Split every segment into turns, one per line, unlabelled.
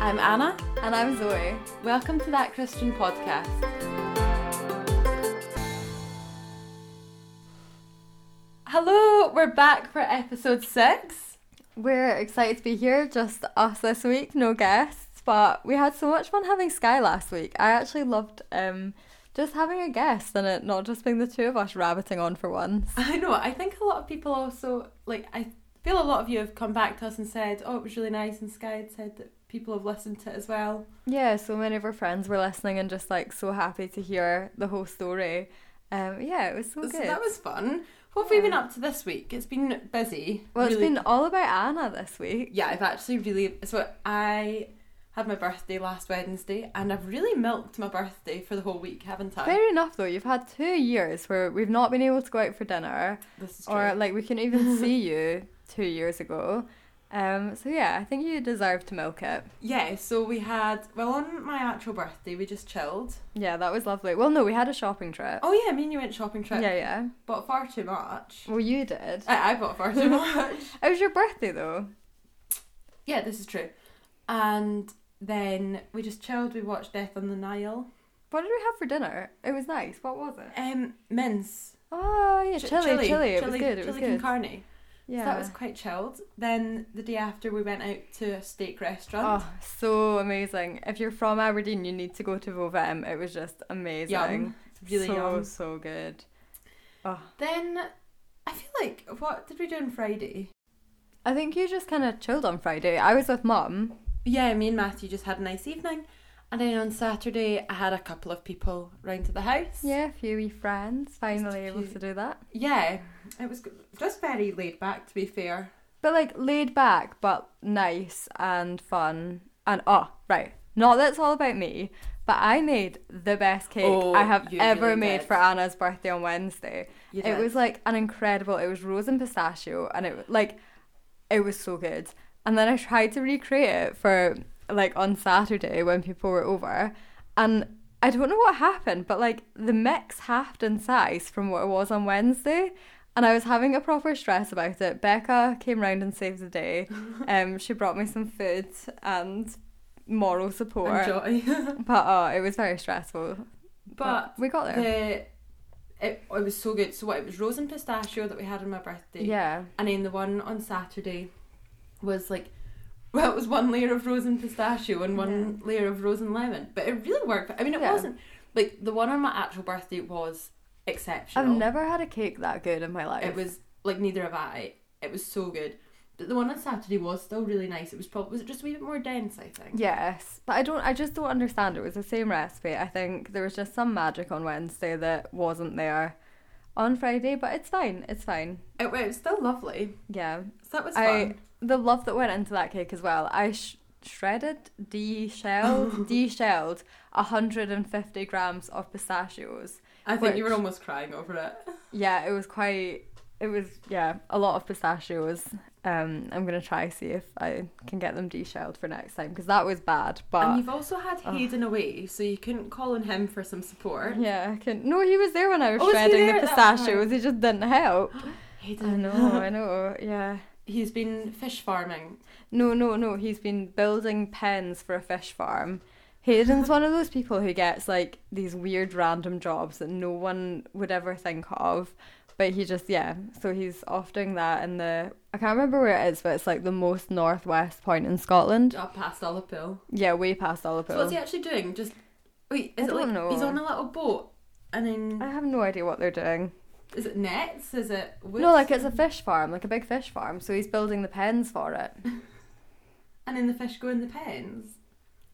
I'm Anna.
And I'm Zoe.
Welcome to That Christian Podcast. Hello, we're back for episode six.
We're excited to be here, just us this week, no guests. But we had so much fun having Sky last week. I actually loved um, just having a guest and it not just being the two of us rabbiting on for once.
I know, I think a lot of people also, like, I feel a lot of you have come back to us and said, oh, it was really nice, and Sky had said that people have listened to it as well.
Yeah, so many of our friends were listening and just like so happy to hear the whole story. Um, yeah, it was so
So
good.
that was fun. What have we been up to this week? It's been busy.
well, it's
really
been all about Anna this week.
yeah, I've actually really so I had my birthday last Wednesday and I've really milked my birthday for the whole week, haven't I?
Fair enough though, you've had two years where we've not been able to go out for dinner.
this is true.
or like we couldn't even see you two years ago. Um, so yeah, I think you deserve to milk it.
yeah, so we had well on my actual birthday we just chilled.
Yeah, that was lovely. Well, no, we had a shopping trip.
Oh yeah, me and you went shopping trip. Uh,
Yeah, yeah.
Bought far too much.
Well, you did.
I, I bought far too much.
It was your birthday though.
yeah, this is true. And then we just chilled, we watched Death on the Nile.
What did we have for dinner? It was nice. What was it?
Um mince.
Oh yeah,
Ch-
chili, chili. It was
chili-
good. It was
chili
good.
con carne.
yeah.
So that was quite chilled. Then the day after we went out to a steak restaurant.
Oh, so amazing! If you're from Aberdeen, you need to go to Vovem. It was just amazing.
Yum. Really
so,
yum.
so good. Oh,
Then I feel like what did we do on Friday?
I think you just kind of chilled on Friday. I was with mum.
Yeah, me and Matthew just had a nice evening. And then on Saturday I had a couple of people round to the house.
Yeah, a few wee friends finally able
cute.
to do that.
Yeah. It was good- just very laid back to be fair.
But like laid back, but nice and fun. And oh, right. Not that it's all about me, but I made the best cake
Oh,
I have
you
ever
really
made
did.
for Anna's birthday on Wednesday.
You
It
did.
was like an incredible. It was rose and pistachio, and it like it was so good. And then I tried to recreate it for like on Saturday when people were over, and I don't know what happened, but like the mix halved in size from what it was on Wednesday. And I was having a proper stress about it. Becca came round and saved the day. Um, she brought me some food and moral support.
Enjoy.
But oh, it was very stressful.
but
we got there.
the it, it was so good. So what it was rose and pistachio that we had on my birthday.
yeah.
And then the one on Saturday was like, well, it was one layer of rose and pistachio and one layer of rose and lemon. But it really worked. I mean, it
Yeah.
wasn't like the one on my actual birthday was
I've
exceptional.
never had a cake that good in my life.
It was like neither have I. It was so good. But the one on Saturday was still really nice. It was probably was it just a wee bit more dense, I think.
Yes, but I don't. I just don't understand. It was the same recipe. I think there was just some magic on Wednesday that wasn't there on Friday. But it's fine. It's fine.
It, wa- it was still lovely.
Yeah,
So that was
I-
fun.
the love that went into that cake as well. I sh- shredded, de-shelled, de-shelled 150 grams of pistachios.
I think you were
Which-
almost crying over it.
Yeah, it was quite. It was yeah, a lot of pistachios. Um, I'm gonna try see if I can get them de-shelled for next time because that was bad. But
and you've also had
Ugh.
Hayden away, so you couldn't call on him for some support.
Yeah, I can. No, he was there when I was
Oh, was he
shredding the
there at that
pistachios. He just didn't help. I
Hayden,
know, I know. Yeah.
he's been fish farming
No, no, no. He's been building pens for a fish farm. Hayden's one of those people who gets like these weird random jobs that no one would ever think of. But he just, yeah. So he's off doing that in the. I can't remember where it is, but it's like the most northwest point in Scotland.
up past Ullapool.
Yeah, way past Ullapool.
So what's he actually doing? Just wait, is
I
it like
don't know.
he's on a little boat and
I
then
have no idea what they're doing.
is it nets? Is it woods?
No, like it's a fish farm, like a big fish farm. So he's building the pens for it.
and then the fish go in the pens.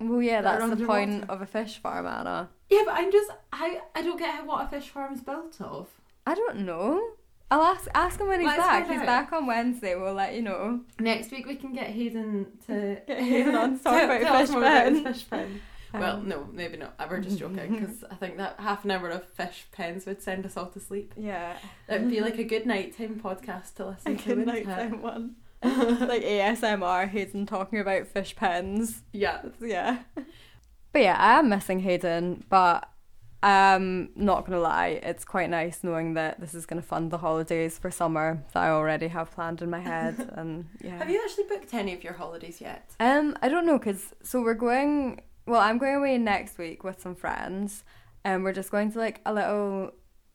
Well, yeah,
that are
that's the
underwater.
point of a fish farm, Anna.
Yeah, but I'm just I I don't get how what a fish farm is built of.
I don't know. I'll ask ask him when he's
Let's
back.
find
He's
out.
back on Wednesday. We'll let you know.
Next week we can get Hayden to
Get Hayden on to talk about
tell us
fish
more about his
pen.
fish pen.
Um,
well, no, maybe not. I We're just joking because I think that half an hour of fish pens would send us all to sleep.
yeah,
That'd be like a good nighttime podcast to listen
a
to.
good
wouldn't
night
it?
time one. like ASMR, Hayden talking about fish pens.
Yeah,
Yeah. But yeah, I am missing Hayden, but Um, not gonna lie, it's quite nice knowing that this is gonna fund the holidays for summer that I already have planned in my head. And yeah,
Have you actually booked any of your holidays yet?
um, I don't know, cause so we're going. Well, I'm going away next week with some friends, and we're just going to like a little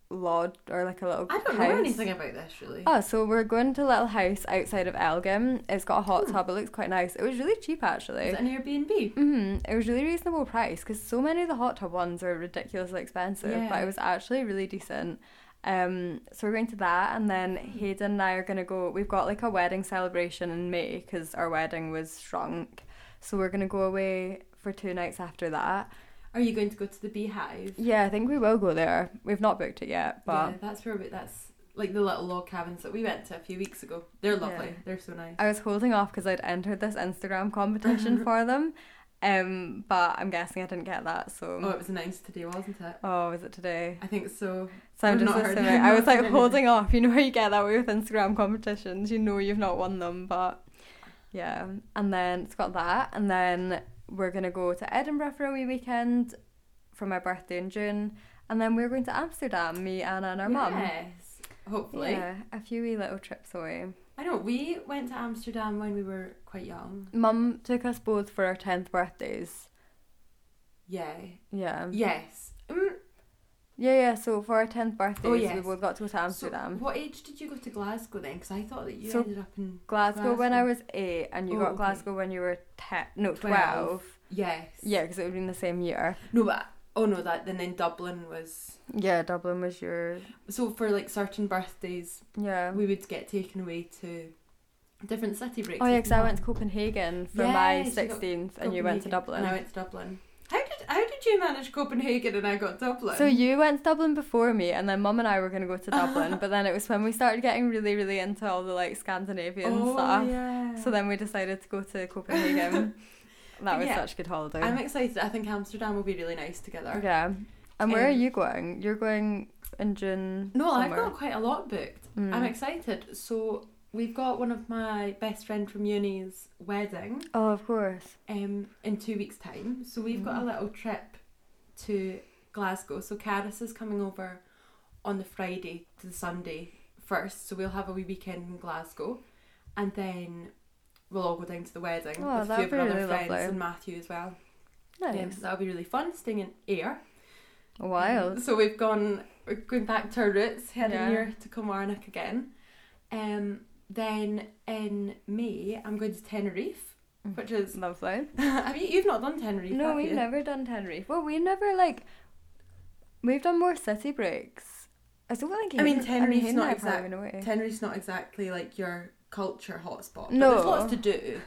lodge or like a little.
I don't know
house.
anything about this really.
Oh, so we're going to a little house outside of Elgin. It's got a hot
Hmm.
tub. It looks quite nice. It was really cheap actually.
Is it an Airbnb?
hmm It was really reasonable price because so many of the hot tub ones are ridiculously expensive, but
Yeah.
it was actually really decent. Um, so we're going to that, and then Hayden and I are gonna go. We've got like a wedding celebration in May because our wedding was shrunk, so we're gonna go away for two nights after that.
Are you going to go to the Beehive?
Yeah, I think we will go there. We've not booked it yet, but
yeah, that's where we, that's like the little log cabins that we went to a few weeks ago. They're lovely.
Yeah.
They're so nice.
I was holding off because I'd entered this Instagram competition for them. Um, but I'm guessing I didn't get that. So
Oh, it was nice today, wasn't it?
oh was it today?
I think so.
So I'm
We've
just
not heard
listening. I was like
anything.
holding off. You know how you get that way with Instagram competitions. You know you've not won them, but yeah. And then it's got that, and then we're gonna go to Edinburgh for a wee weekend for my birthday in June, and then we're going to Amsterdam. Me, Anna, and our mum.
Yes. Hopefully.
Yeah, a few wee little trips away.
I know. We went to Amsterdam when we were quite young.
Mum took us both for our tenth birthdays.
Yeah.
Yeah.
Yes. Mm,
Yeah, yeah. So for our tenth birthdays, we
Oh, yes.
both got to go to
so
Amsterdam.
what age did you go to Glasgow then? Because I thought that you
So-
ended up in.
Glasgow, when I
Glasgow.
was eight, and you
Oh,
got
okay.
Glasgow when you were ten. No,
Twelve.
twelve.
Yes.
Yeah, because it would have been the same year.
No, but oh no, that then in Dublin was.
Yeah, Dublin was your
So for like certain birthdays,
yeah.
we would get taken away to different city breaks.
oh yeah,
with
because I
Mum.
went to Copenhagen for
Yes,
my
you got
sixteenth, and you went to
Copenhagen,
Dublin.
And I went to Dublin. How did how did you manage Copenhagen and I got Dublin?
so you went to Dublin before me, and then Mum and I were gonna go to Dublin, but then it was when we started getting really, really into all the like Scandinavian
oh,
stuff.
Yeah.
So then we decided to go to Copenhagen. that was
Yeah.
such a good holiday.
I'm excited. I think Amsterdam will be really nice together.
yeah. And where are
Um,
you going? You're going in June.
No,
somewhere.
I've got quite a lot booked.
Mm.
I'm excited. So we've got one of my best friend from uni's wedding
Oh, of course.
um, in two weeks' time. So we've got a
Mm.
little trip to Glasgow. So Caris is coming over on the Friday to the Sunday first. So we'll have a wee weekend in Glasgow, and then we'll all go down to the wedding
Oh,
with a few of
that'd
our
be
other
really
friends
lovely.
and Matthew as well. Um,
Nice.
so that'll be really fun. Staying in air.
Wild.
So we've gone, we're going back to our roots, heading
Yeah.
here to Kilmarnock again. Um, then in May, I'm going to Tenerife,
Mm.
which is.
Lovely.
have you? You've not done Tenerife?
No,
have
we've
you?
never done Tenerife. Well, we never like. We've done more city breaks. I don't think.
I mean,
Hayden-
Tenerife's
Hayden
not
and I
exact-
probably went away.
Tenerife's not exactly like your culture hotspot. but
No.
there's lots to do.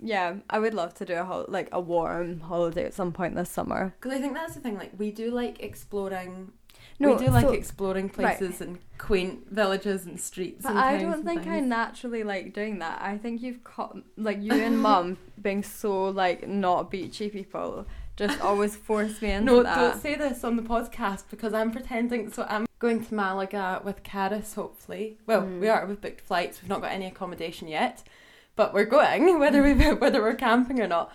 yeah, I would love to do a hol- like a warm holiday at some point this summer.
Because I think that's the thing. Like we do like exploring.
No,
we do like
so-
exploring
right.
places and quaint villages and streets.
But
and
I
towns
don't
and
think I
things.
naturally like doing that. I think you've caught like you and mum being so like not beachy people just always force me into
No,
that.
don't say this on the podcast because I'm pretending. So I'm going to Malaga with Caris, hopefully. Well, we
Mm.
are. We've booked flights. We've not got any accommodation yet, but we're going, whether we whether we're camping or not.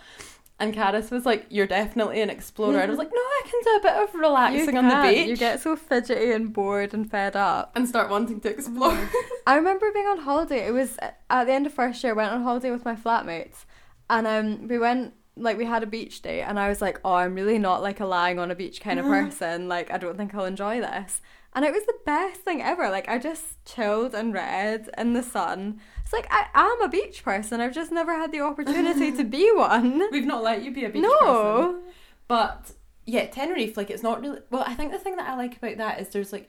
And Caris was like, "You're definitely an explorer," and I was like, "No, I can do a bit of
You
relaxing on the
can't.
beach
You get so fidgety and bored and fed up.
and start wanting to explore."
I remember being on holiday. It was at the end of first year. I went on holiday with my flatmates, and um, we went like we had a beach day, and I was like, "Oh, I'm really not like a lying on a beach kind of person. Like, I don't think I'll enjoy this." And it was the best thing ever. Like, I just chilled and read in the sun. It's like I am a beach person. I've just never had the opportunity to be one.
We've not let you be a beach person.
no,
But yeah, Tenerife, like it's not really. Well, I think the thing that I like about that is there's like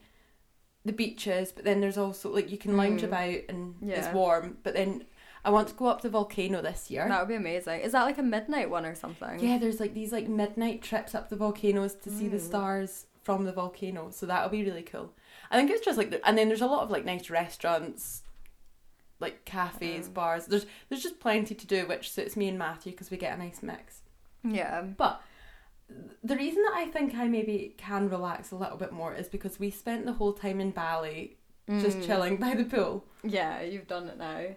the beaches, but then there's also like you can lounge
Mm.
about and it's
Yeah.
warm. But then I want to go up the volcano this year.
that would be amazing. Is that like a midnight one or something?
Yeah, there's like these like midnight trips up the volcanoes to see the
Mm.
stars from the volcano, so that'll be really cool. I think it's just like, the, and then there's a lot of like nice restaurants, like cafes,
Mm.
bars. There's there's just plenty to do, which suits me and Matthew because we get a nice mix.
Yeah.
But the reason that I think I maybe can relax a little bit more is because we spent the whole time in Bali just
Mm.
chilling by the pool.
Yeah, you've done it now.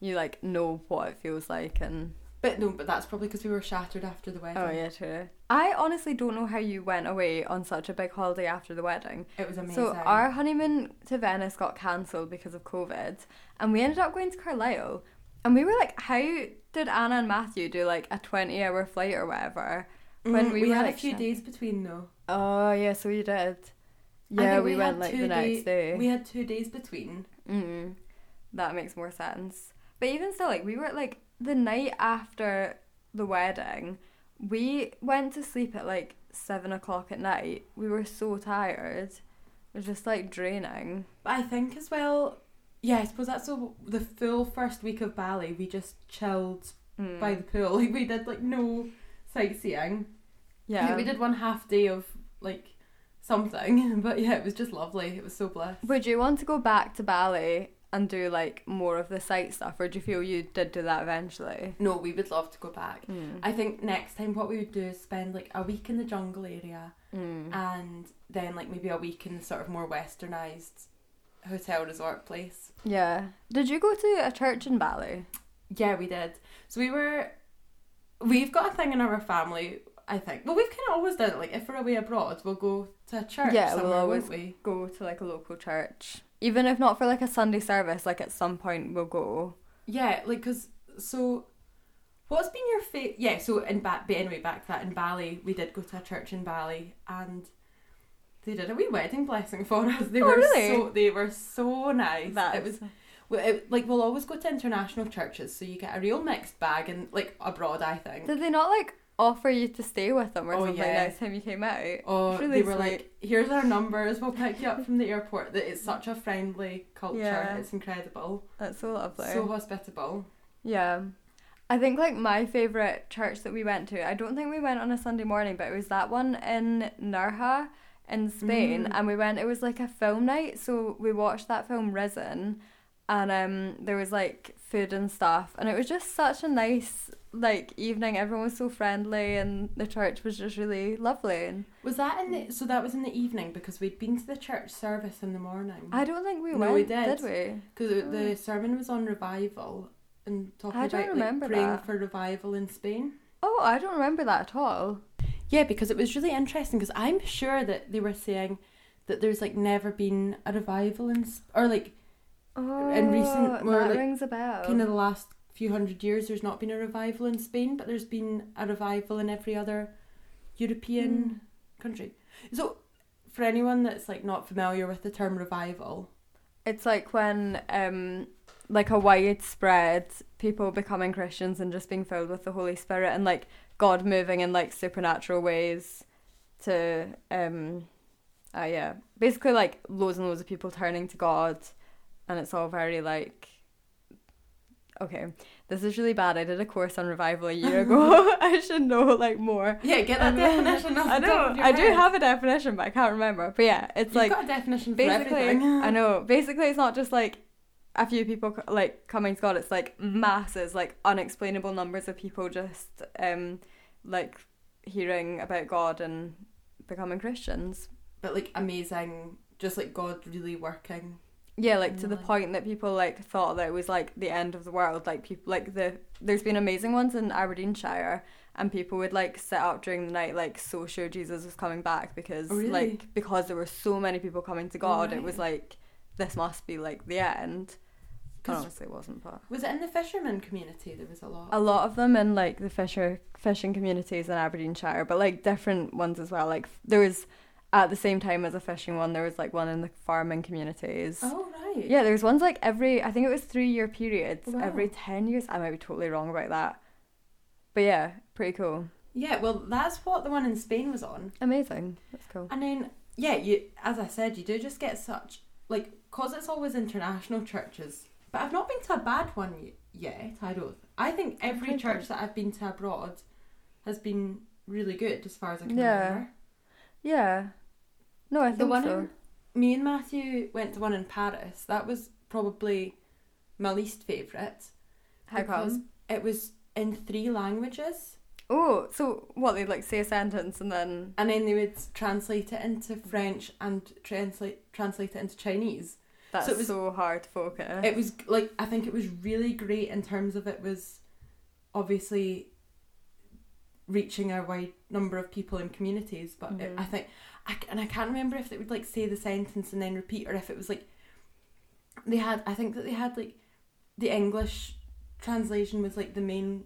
You like know what it feels like and
But no, but that's probably because we were shattered after the wedding.
Oh yeah, true. I honestly don't know how you went away on such a big holiday after the wedding.
It was amazing.
So our honeymoon to Venice got cancelled because of COVID, and we ended up going to Carlisle. And we were like, how did Anna and Matthew do like a twenty-hour flight or whatever?
when Mm-hmm. we,
were,
had a
like,
few
shut-
days between though.
Oh yeah, so you did.
I
Yeah,
think
we,
had
went like
two
the next day.
We had two days between.
Mm, that makes more sense. But even still, like we were like the night after the wedding, we went to sleep at like seven o'clock at night. We were so tired. It was just like draining.
But I think as well, yeah, I suppose that's the, the full first week of Bali. We just chilled
Mm.
by the pool. Like we did like no sightseeing. I
yeah,
think we did one half day of like something, but yeah, it was just lovely. It was so blessed.
Would you want to go back to Bali and do like more of the sight stuff, or do you feel you did do that eventually?
No, we would love to go back.
Mm.
I think next time what we would do is spend like a week in the jungle area
Mm.
and then like maybe a week in the sort of more westernized hotel resort place.
yeah. Did you go to a church in Bali?
Yeah, we did. So we were we've got a thing in our family, I think. Well we've kinda always done it, like if we're away abroad we'll go to a church
Yeah, we'll
somewhere,
always-
won't we?
go to like a local church. Even if not for like a Sunday service, like at some point we'll go.
Yeah, like because so, what's been your favorite? Yeah, so in ba- but anyway, back to that in Bali, we did go to a church in Bali, and they did a wee wedding blessing for us. They
Oh,
were
really?
so they were so nice.
That's-
It was well, it, like we'll always go to international churches, so you get a real mixed bag and like abroad, I think.
Did they not like offer you to stay with them or
Oh,
something
yeah.
next time you came out?
Oh,
It's really
they were
sweet.
like, "Here's our numbers. We'll pick you up from the airport." That it's such a friendly culture.
Yeah.
It's incredible.
That's so lovely.
So hospitable.
yeah. I think like my favourite church that we went to, I don't think we went on a Sunday morning, but it was that one in Nerja in Spain
Mm.
and we went it was like a film night, so we watched that film Risen and um there was like food and stuff and it was just such a nice like evening. Everyone was so friendly and the church was just really lovely and
Was that in
Mm.
the so that was in the evening because we'd been to the church service in the morning.
I don't think we
No,
went,
we
did.
did.
we?
because the sermon was on revival and talking
I don't
about
remember
like, praying
that.
for revival in Spain.
Oh, I don't remember that at all.
Yeah, because it was really interesting because I'm sure that they were saying that there's like never been a revival in Sp- or like
Oh,
In recent- more
that
like
rings a bell.
kind of the last few hundred years there's not been a revival in Spain, but there's been a revival in every other European
Hmm.
country. So for anyone that's like not familiar with the term revival,
It's like when um like a widespread people becoming Christians and just being filled with the Holy Spirit and like God moving in like supernatural ways to um uh, yeah. Basically like loads and loads of people turning to God and it's all very like okay. This is really bad. I did a course on revival a year ago. I should know like more.
yeah, get that
Um,
definition. Off
I
the top
know
of your
I do
head.
have a definition but I can't remember. But yeah, it's
You've
like
got a definition for
basically
everything.
i know basically it's not just like a few people co- like coming to god it's like masses like unexplainable numbers of people just um like hearing about god and becoming christians
but like amazing, just like God really working.
yeah like to the
Right.
point that people like thought that it was like the end of the world like people like the there's been amazing ones in aberdeenshire and people would like sit up during the night like so sure jesus was coming back because
Oh, really?
like because there were so many people coming to god it
right.
was like this must be like the end
'Cause-
Honestly, it wasn't, but
was it in the fisherman community? There was a lot.
Oh. a lot of them in like the fisher fishing communities in Aberdeenshire, but like different ones as well. Like f- there was at the same time as a fishing one, there was like one in the farming communities.
oh right.
Yeah, there was ones like every I think it was three year periods,
Wow.
every ten years. I might be totally wrong about that, but yeah, pretty cool,
Yeah. Well, that's what the one in Spain was on.
amazing. That's cool.
And then yeah, you as I said, you do just get such like cause it's always international churches. But I've not been to a bad one y- yet. I don't. I think every
heard
church that I've been to abroad has been really good as far as I can
Yeah.
remember.
Yeah, no, I
The
think
one
so.
in- Me and Matthew went to one in Paris. That was probably my least favourite.
How
because
come?
It was in three languages,
Oh, so what they would like say a sentence and then
and then they would translate it into French and translate translate it into Chinese.
that's
was-
so hard to focus.
It was like I think it was really great in terms of it was obviously reaching a wide number of people in communities. But it-
Mhm.
I think, I, c- and I can't remember if they would like say the sentence and then repeat, or if it was like they had. I think that they had like the English translation was like the main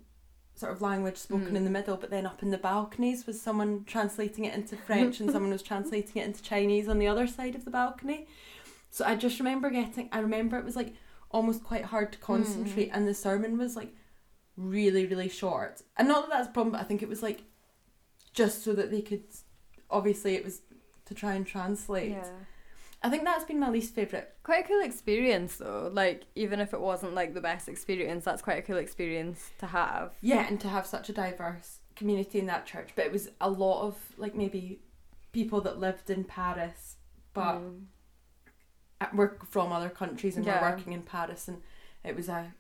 sort of language spoken
Mm.
in the middle, but then up in the balconies was someone translating it into French and someone was translating it into Chinese on the other side of the balcony. So I just remember getting, I remember it was like almost quite hard to concentrate,
Mm.
and the sermon was like really, really short. And not that that's a problem, but I think it was like just so that they could, obviously, it was to try and translate.
Yeah.
I think that's been my least favourite.
Quite a cool experience though. Like even if it wasn't like the best experience, that's quite a cool experience to have.
Yeah, and to have such a diverse community in that church, but it was a lot of like maybe people that lived in Paris, but
Mm.
uh, were from other countries and were
Yeah.
working in Paris, and it was a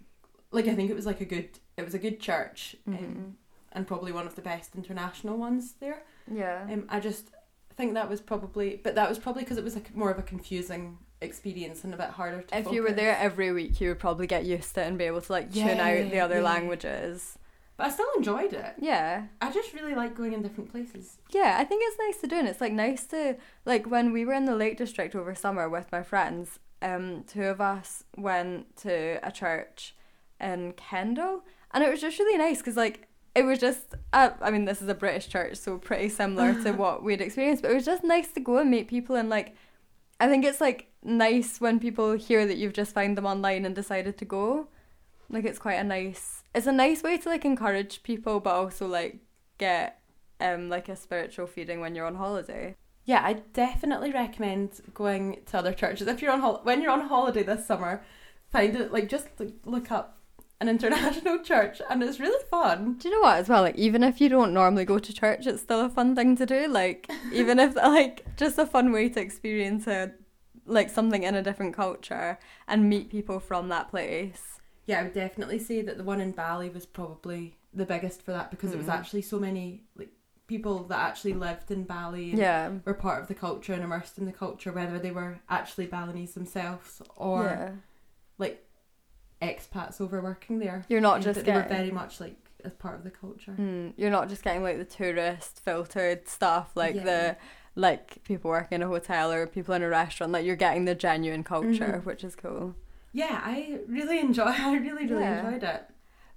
like I think it was like a good it was a good church, um,
Mhm.
and probably one of the best international ones there.
yeah.
Um, I just think that was probably, but that was probably because it was a, more of a confusing experience and a bit harder to.
if you were
focus.
there every week, you would probably get used to it and be able to like tune
Yeah,
out the other
yeah.
languages.
but I still enjoyed it.
Yeah.
I just really like going in different places.
Yeah, I think it's nice to do, and it's like nice to like when we were in the Lake District over summer with my friends. Um, two of us went to a church in Kendal, and it was just really nice because like it was just uh, I mean this is a British church, so pretty similar to what we'd experienced, but it was just nice to go and meet people and like I think it's like nice when people hear that you've just found them online and decided to go. Like it's quite a nice it's a nice way to like encourage people but also like get um like a spiritual feeding when you're on holiday.
Yeah, I definitely recommend going to other churches if you're on hol- when you're on holiday this summer. Find it like just like, look up an international church, and it's really fun.
Do you know what as well? Like even if you don't normally go to church, it's still a fun thing to do. Like even if like just a fun way to experience a like something in a different culture and meet people from that place.
Yeah, I would definitely say that the one in Bali was probably the biggest for that because it was
Mhm.
actually so many like people that actually lived in Bali and
Yeah.
were part of the culture and immersed in the culture, whether they were actually Balinese themselves or
yeah.
expats over working there.
you're not
And
just
that they were
getting
very much like as part of the culture.
Mm, you're not just getting like the tourist filtered stuff, like
Yeah.
the like people working in a hotel or people in a restaurant. Like you're getting the genuine culture,
Mhm.
which is cool.
Yeah, I really enjoy. I really really
Yeah.
enjoyed it.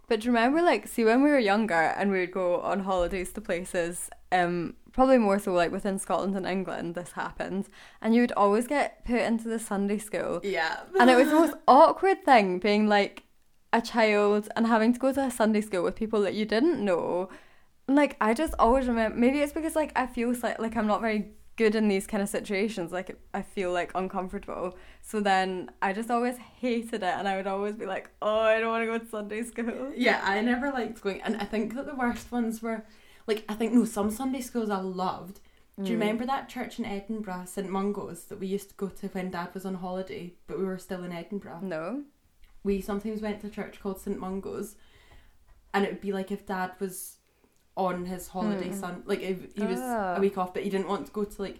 But do you remember, like, see when we were younger and we would go on holidays to places. Um, probably more so like within Scotland and England, this happened, and you would always get put into the Sunday school,
Yeah.
and it was the most awkward thing being like a child and having to go to a Sunday school with people that you didn't know. And, Like I just always remember. Maybe it's because like I feel like like I'm not very good in these kind of situations. Like it- I feel like uncomfortable. So then I just always hated it, and I would always be like, oh, I don't want to go to Sunday school.
Yeah, I never liked going, and I think that the worst ones were, like, I think no, some Sunday schools I loved. Do you
Mm.
remember that church in Edinburgh, St Mungo's, that we used to go to when Dad was on holiday, but we were still in Edinburgh?
No.
We sometimes went to a church called St Mungo's, and it would be like if Dad was on his holiday,
Mm.
son, like if he was
Ah.
a week off, but he didn't want to go to like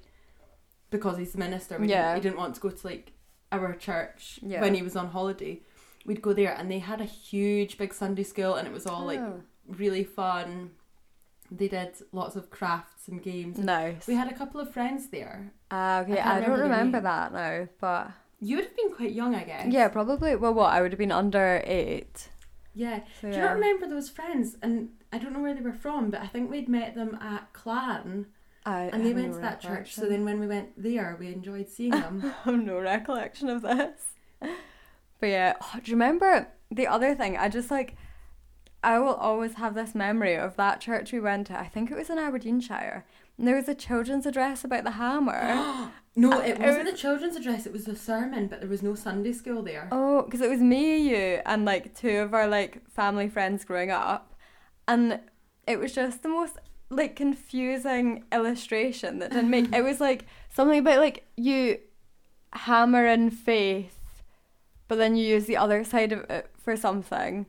because he's the minister. We
Yeah.
didn't, he didn't want to go to like our church
Yeah.
when he was on holiday. We'd go there, and they had a huge big Sunday school, and it was all like
Oh.
really fun. They did lots of crafts and games.
nice.
We had a couple of friends there.
Ah, okay.
I can't
I, don't
remember their
remember
name.
that now, but
You would have been quite young, I guess.
yeah, probably. Well, what I would have been under eight.
Yeah.
So,
Do you
yeah.
not remember those friends? And I don't know where they were from, but I think we'd met them at Clan
I,
and they went to that church. So then when we went there, we enjoyed seeing them.
I have no recollection of this. But yeah, oh, do you remember the other thing? I just like, I will always have this memory of that church we went to. I think it was in Aberdeenshire. And there was a children's address about the hammer.
no, it
It
wasn't
was-
a children's address, it was a sermon, but there was no Sunday school there.
oh, because it was me, you, and like two of our like family friends growing up. And it was just the most like confusing illustration that didn't make it was like something about like you hammer in faith but then you use the other side of it for something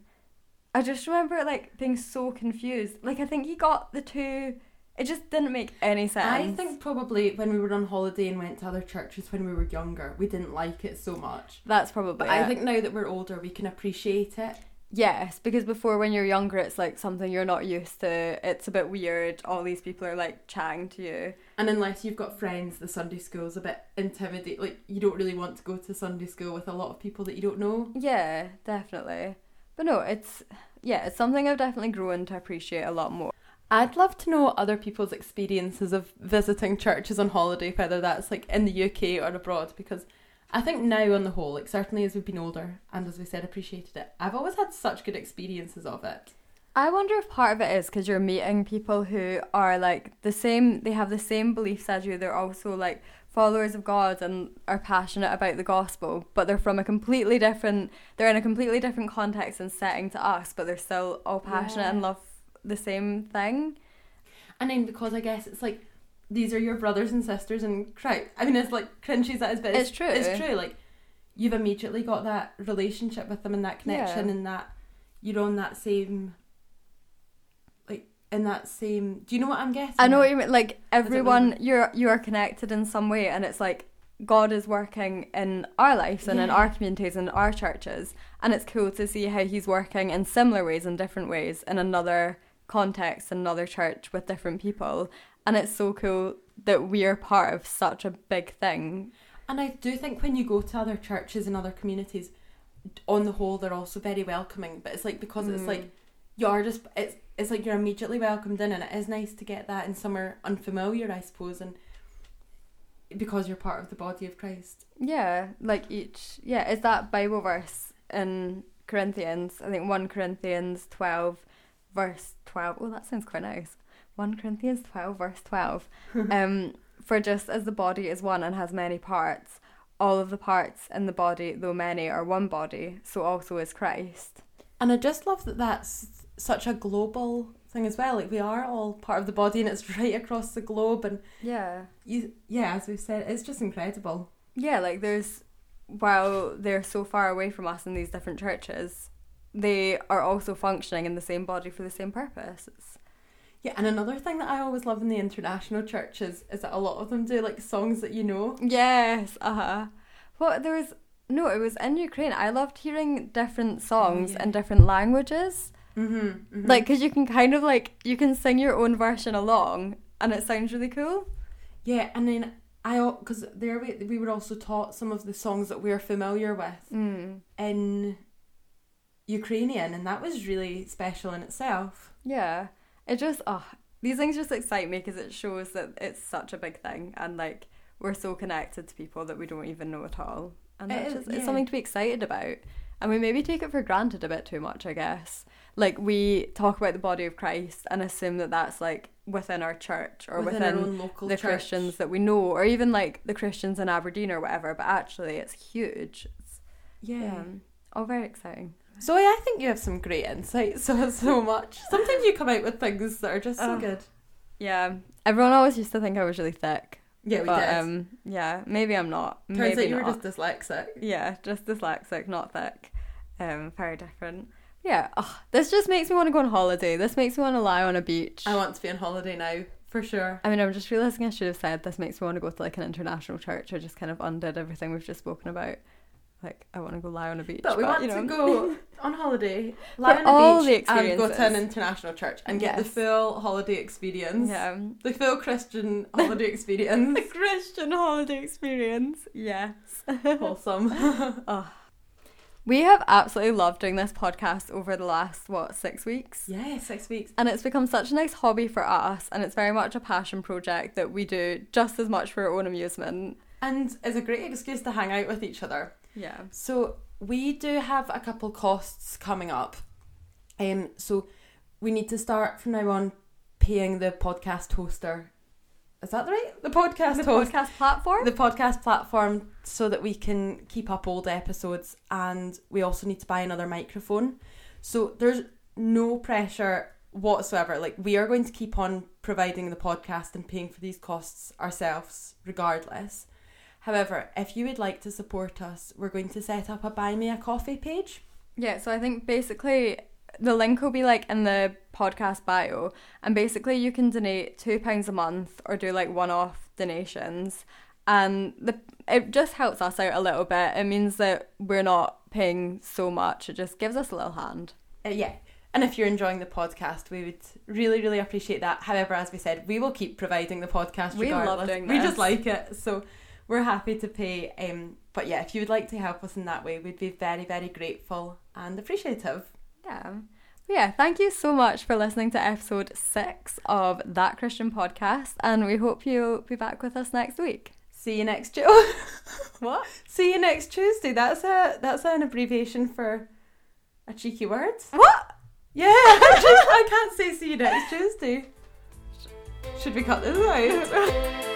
i just remember like being so confused like i think he got the two it just didn't make any sense
I think probably when we were on holiday and went to other churches when we were younger, we didn't like it so much.
that's probably
But I
it.
think now that we're older, we can appreciate it.
Yes, because before when you're younger, it's like something you're not used to. It's a bit weird. All these people are like chatting to you.
And unless you've got friends, the Sunday school's a bit intimidating. Like, you don't really want to go to Sunday school with a lot of people that you don't know.
Yeah, definitely. But no, it's yeah, it's something I've definitely grown to appreciate a lot more.
I'd love to know other people's experiences of visiting churches on holiday, whether that's like in the UK or abroad, because I think now on the whole, like certainly as we've been older and as we said, appreciated it, I've always had such good experiences of it.
I wonder if part of it is because you're meeting people who are like the same, they have the same beliefs as you. They're also like followers of God and are passionate about the gospel, but they're from a completely different, they're in a completely different context and setting to us, but they're still all passionate
Yeah.
and love the same thing.
And then because I guess it's like these are your brothers and sisters and Christ. I mean, it's like cringy as that is, but it's,
It's true.
It's true. Like you've immediately got that relationship with them and that connection
Yeah.
and that you're on that same, like in that same. Do you know what I'm guessing?
I know what you mean. Like
don't know.
everyone, you're you are connected in some way, and it's like God is working in our lives and in
Yeah.
our communities and our churches, and it's cool to see how He's working in similar ways and different ways in another context, another church with different people, and it's so cool that we are part of such a big thing.
And I do think when you go to other churches and other communities, on the whole, they're also very welcoming. But it's like because it's
Mm.
like you're just it's it's like you're immediately welcomed in, and it is nice to get that in somewhere unfamiliar, I suppose, and because you're part of the body of Christ.
Yeah, like each yeah, is that Bible verse in Corinthians? I think one Corinthians twelve verse twelve. Oh that sounds quite nice. One Corinthians twelve verse twelve. um for just as the body is one and has many parts, all of the parts in the body, though many, are one body, so also is Christ.
And I just love that that's such a global thing as well. Like we are all part of the body, and it's right across the globe. And
Yeah.
you, yeah, as we've said, it's just incredible.
Yeah, like there's while they're so far away from us in these different churches, they are also functioning in the same body for the same purpose. It's
Yeah, and another thing that I always love in the international churches is that a lot of them do like songs that you know.
Yes, uh huh. Well, there was no. It was in Ukraine. I loved hearing different songs
Oh, yeah.
in different languages,
Mm-hmm,
Like 'cause like because you can kind of like you can sing your own version along, and it sounds really cool.
yeah, and then I because there we we were also taught some of the songs that we are familiar with
Mm.
in Ukrainian, and that was really special in itself.
Yeah, it just oh these things just excite me because it shows that it's such a big thing and like we're so connected to people that we don't even know at all, and
It
that's
is,
just,
yeah.
it's something to be excited about. And we maybe take it for granted a bit too much, I guess. Like we talk about the body of Christ and assume that that's like within our church or within,
our own local
the
church.
Christians that we know, or even like the Christians in Aberdeen or whatever. But actually, it's huge. It's
yeah.
um, all very exciting.
Zoe, I think you have some great insights so so much. Sometimes you come out with things that are just so
Oh.
good.
Yeah, everyone always used to think I was really thick.
Yeah, we
but,
did.
Um, yeah, maybe I'm not.
Turns
maybe
out you
not.
were just dyslexic.
yeah, just dyslexic, not thick. Um, very different. Yeah, ugh, this just makes me want to go on holiday. This makes me want to lie on a beach.
I want to be on holiday now for sure.
I mean, I'm just realizing I should have said this makes me want to go to like an international church. I just kind of undid everything we've just spoken about. Like, I want to go lie on a beach.
But we want
you know.
to go on holiday, lie
For all
on a
the
beach, and go to an
experiences.
international church and get the
Yes.
full holiday experience.
Yeah,
The full Christian holiday experience.
the Christian holiday experience. Yes.
Wholesome.
We have absolutely loved doing this podcast over the last what six weeks.
yeah, six weeks.
And it's become such a nice hobby for us, and it's very much a passion project that we do just as much for our own amusement.
And it's a great excuse to hang out with each other.
Yeah.
So we do have a couple costs coming up. Um so we need to start from now on paying the podcast hoster. Is that right? The podcast
the
host.
podcast platform?
the podcast platform so that we can keep up old episodes and we also need to buy another microphone. So there's no pressure whatsoever. Like we are going to keep on providing the podcast and paying for these costs ourselves regardless. However, if you would like to support us, we're going to set up a buy me a coffee page.
yeah, so I think basically the link will be like in the podcast bio, and basically you can donate £2 a month or do like one off donations. And the it just helps us out a little bit. It means that we're not paying so much, it just gives us a little hand.
Uh, yeah. And if you're enjoying the podcast, we would really, really appreciate that. However, as we said, we will keep providing the podcast
We love
regardless.
doing
We just
this.
like it. So we're happy to pay. Um, but yeah, if you would like to help us in that way, we'd be very, very grateful and appreciative.
Yeah. But yeah, thank you so much for listening to episode six of That Christian Podcast, and we hope you'll be back with us next week.
See you next Joe.
What?
See you next Tuesday. That's a that's an abbreviation for a cheeky word.
What?
Yeah, I, just- I can't say see you next Tuesday. Should we cut this out?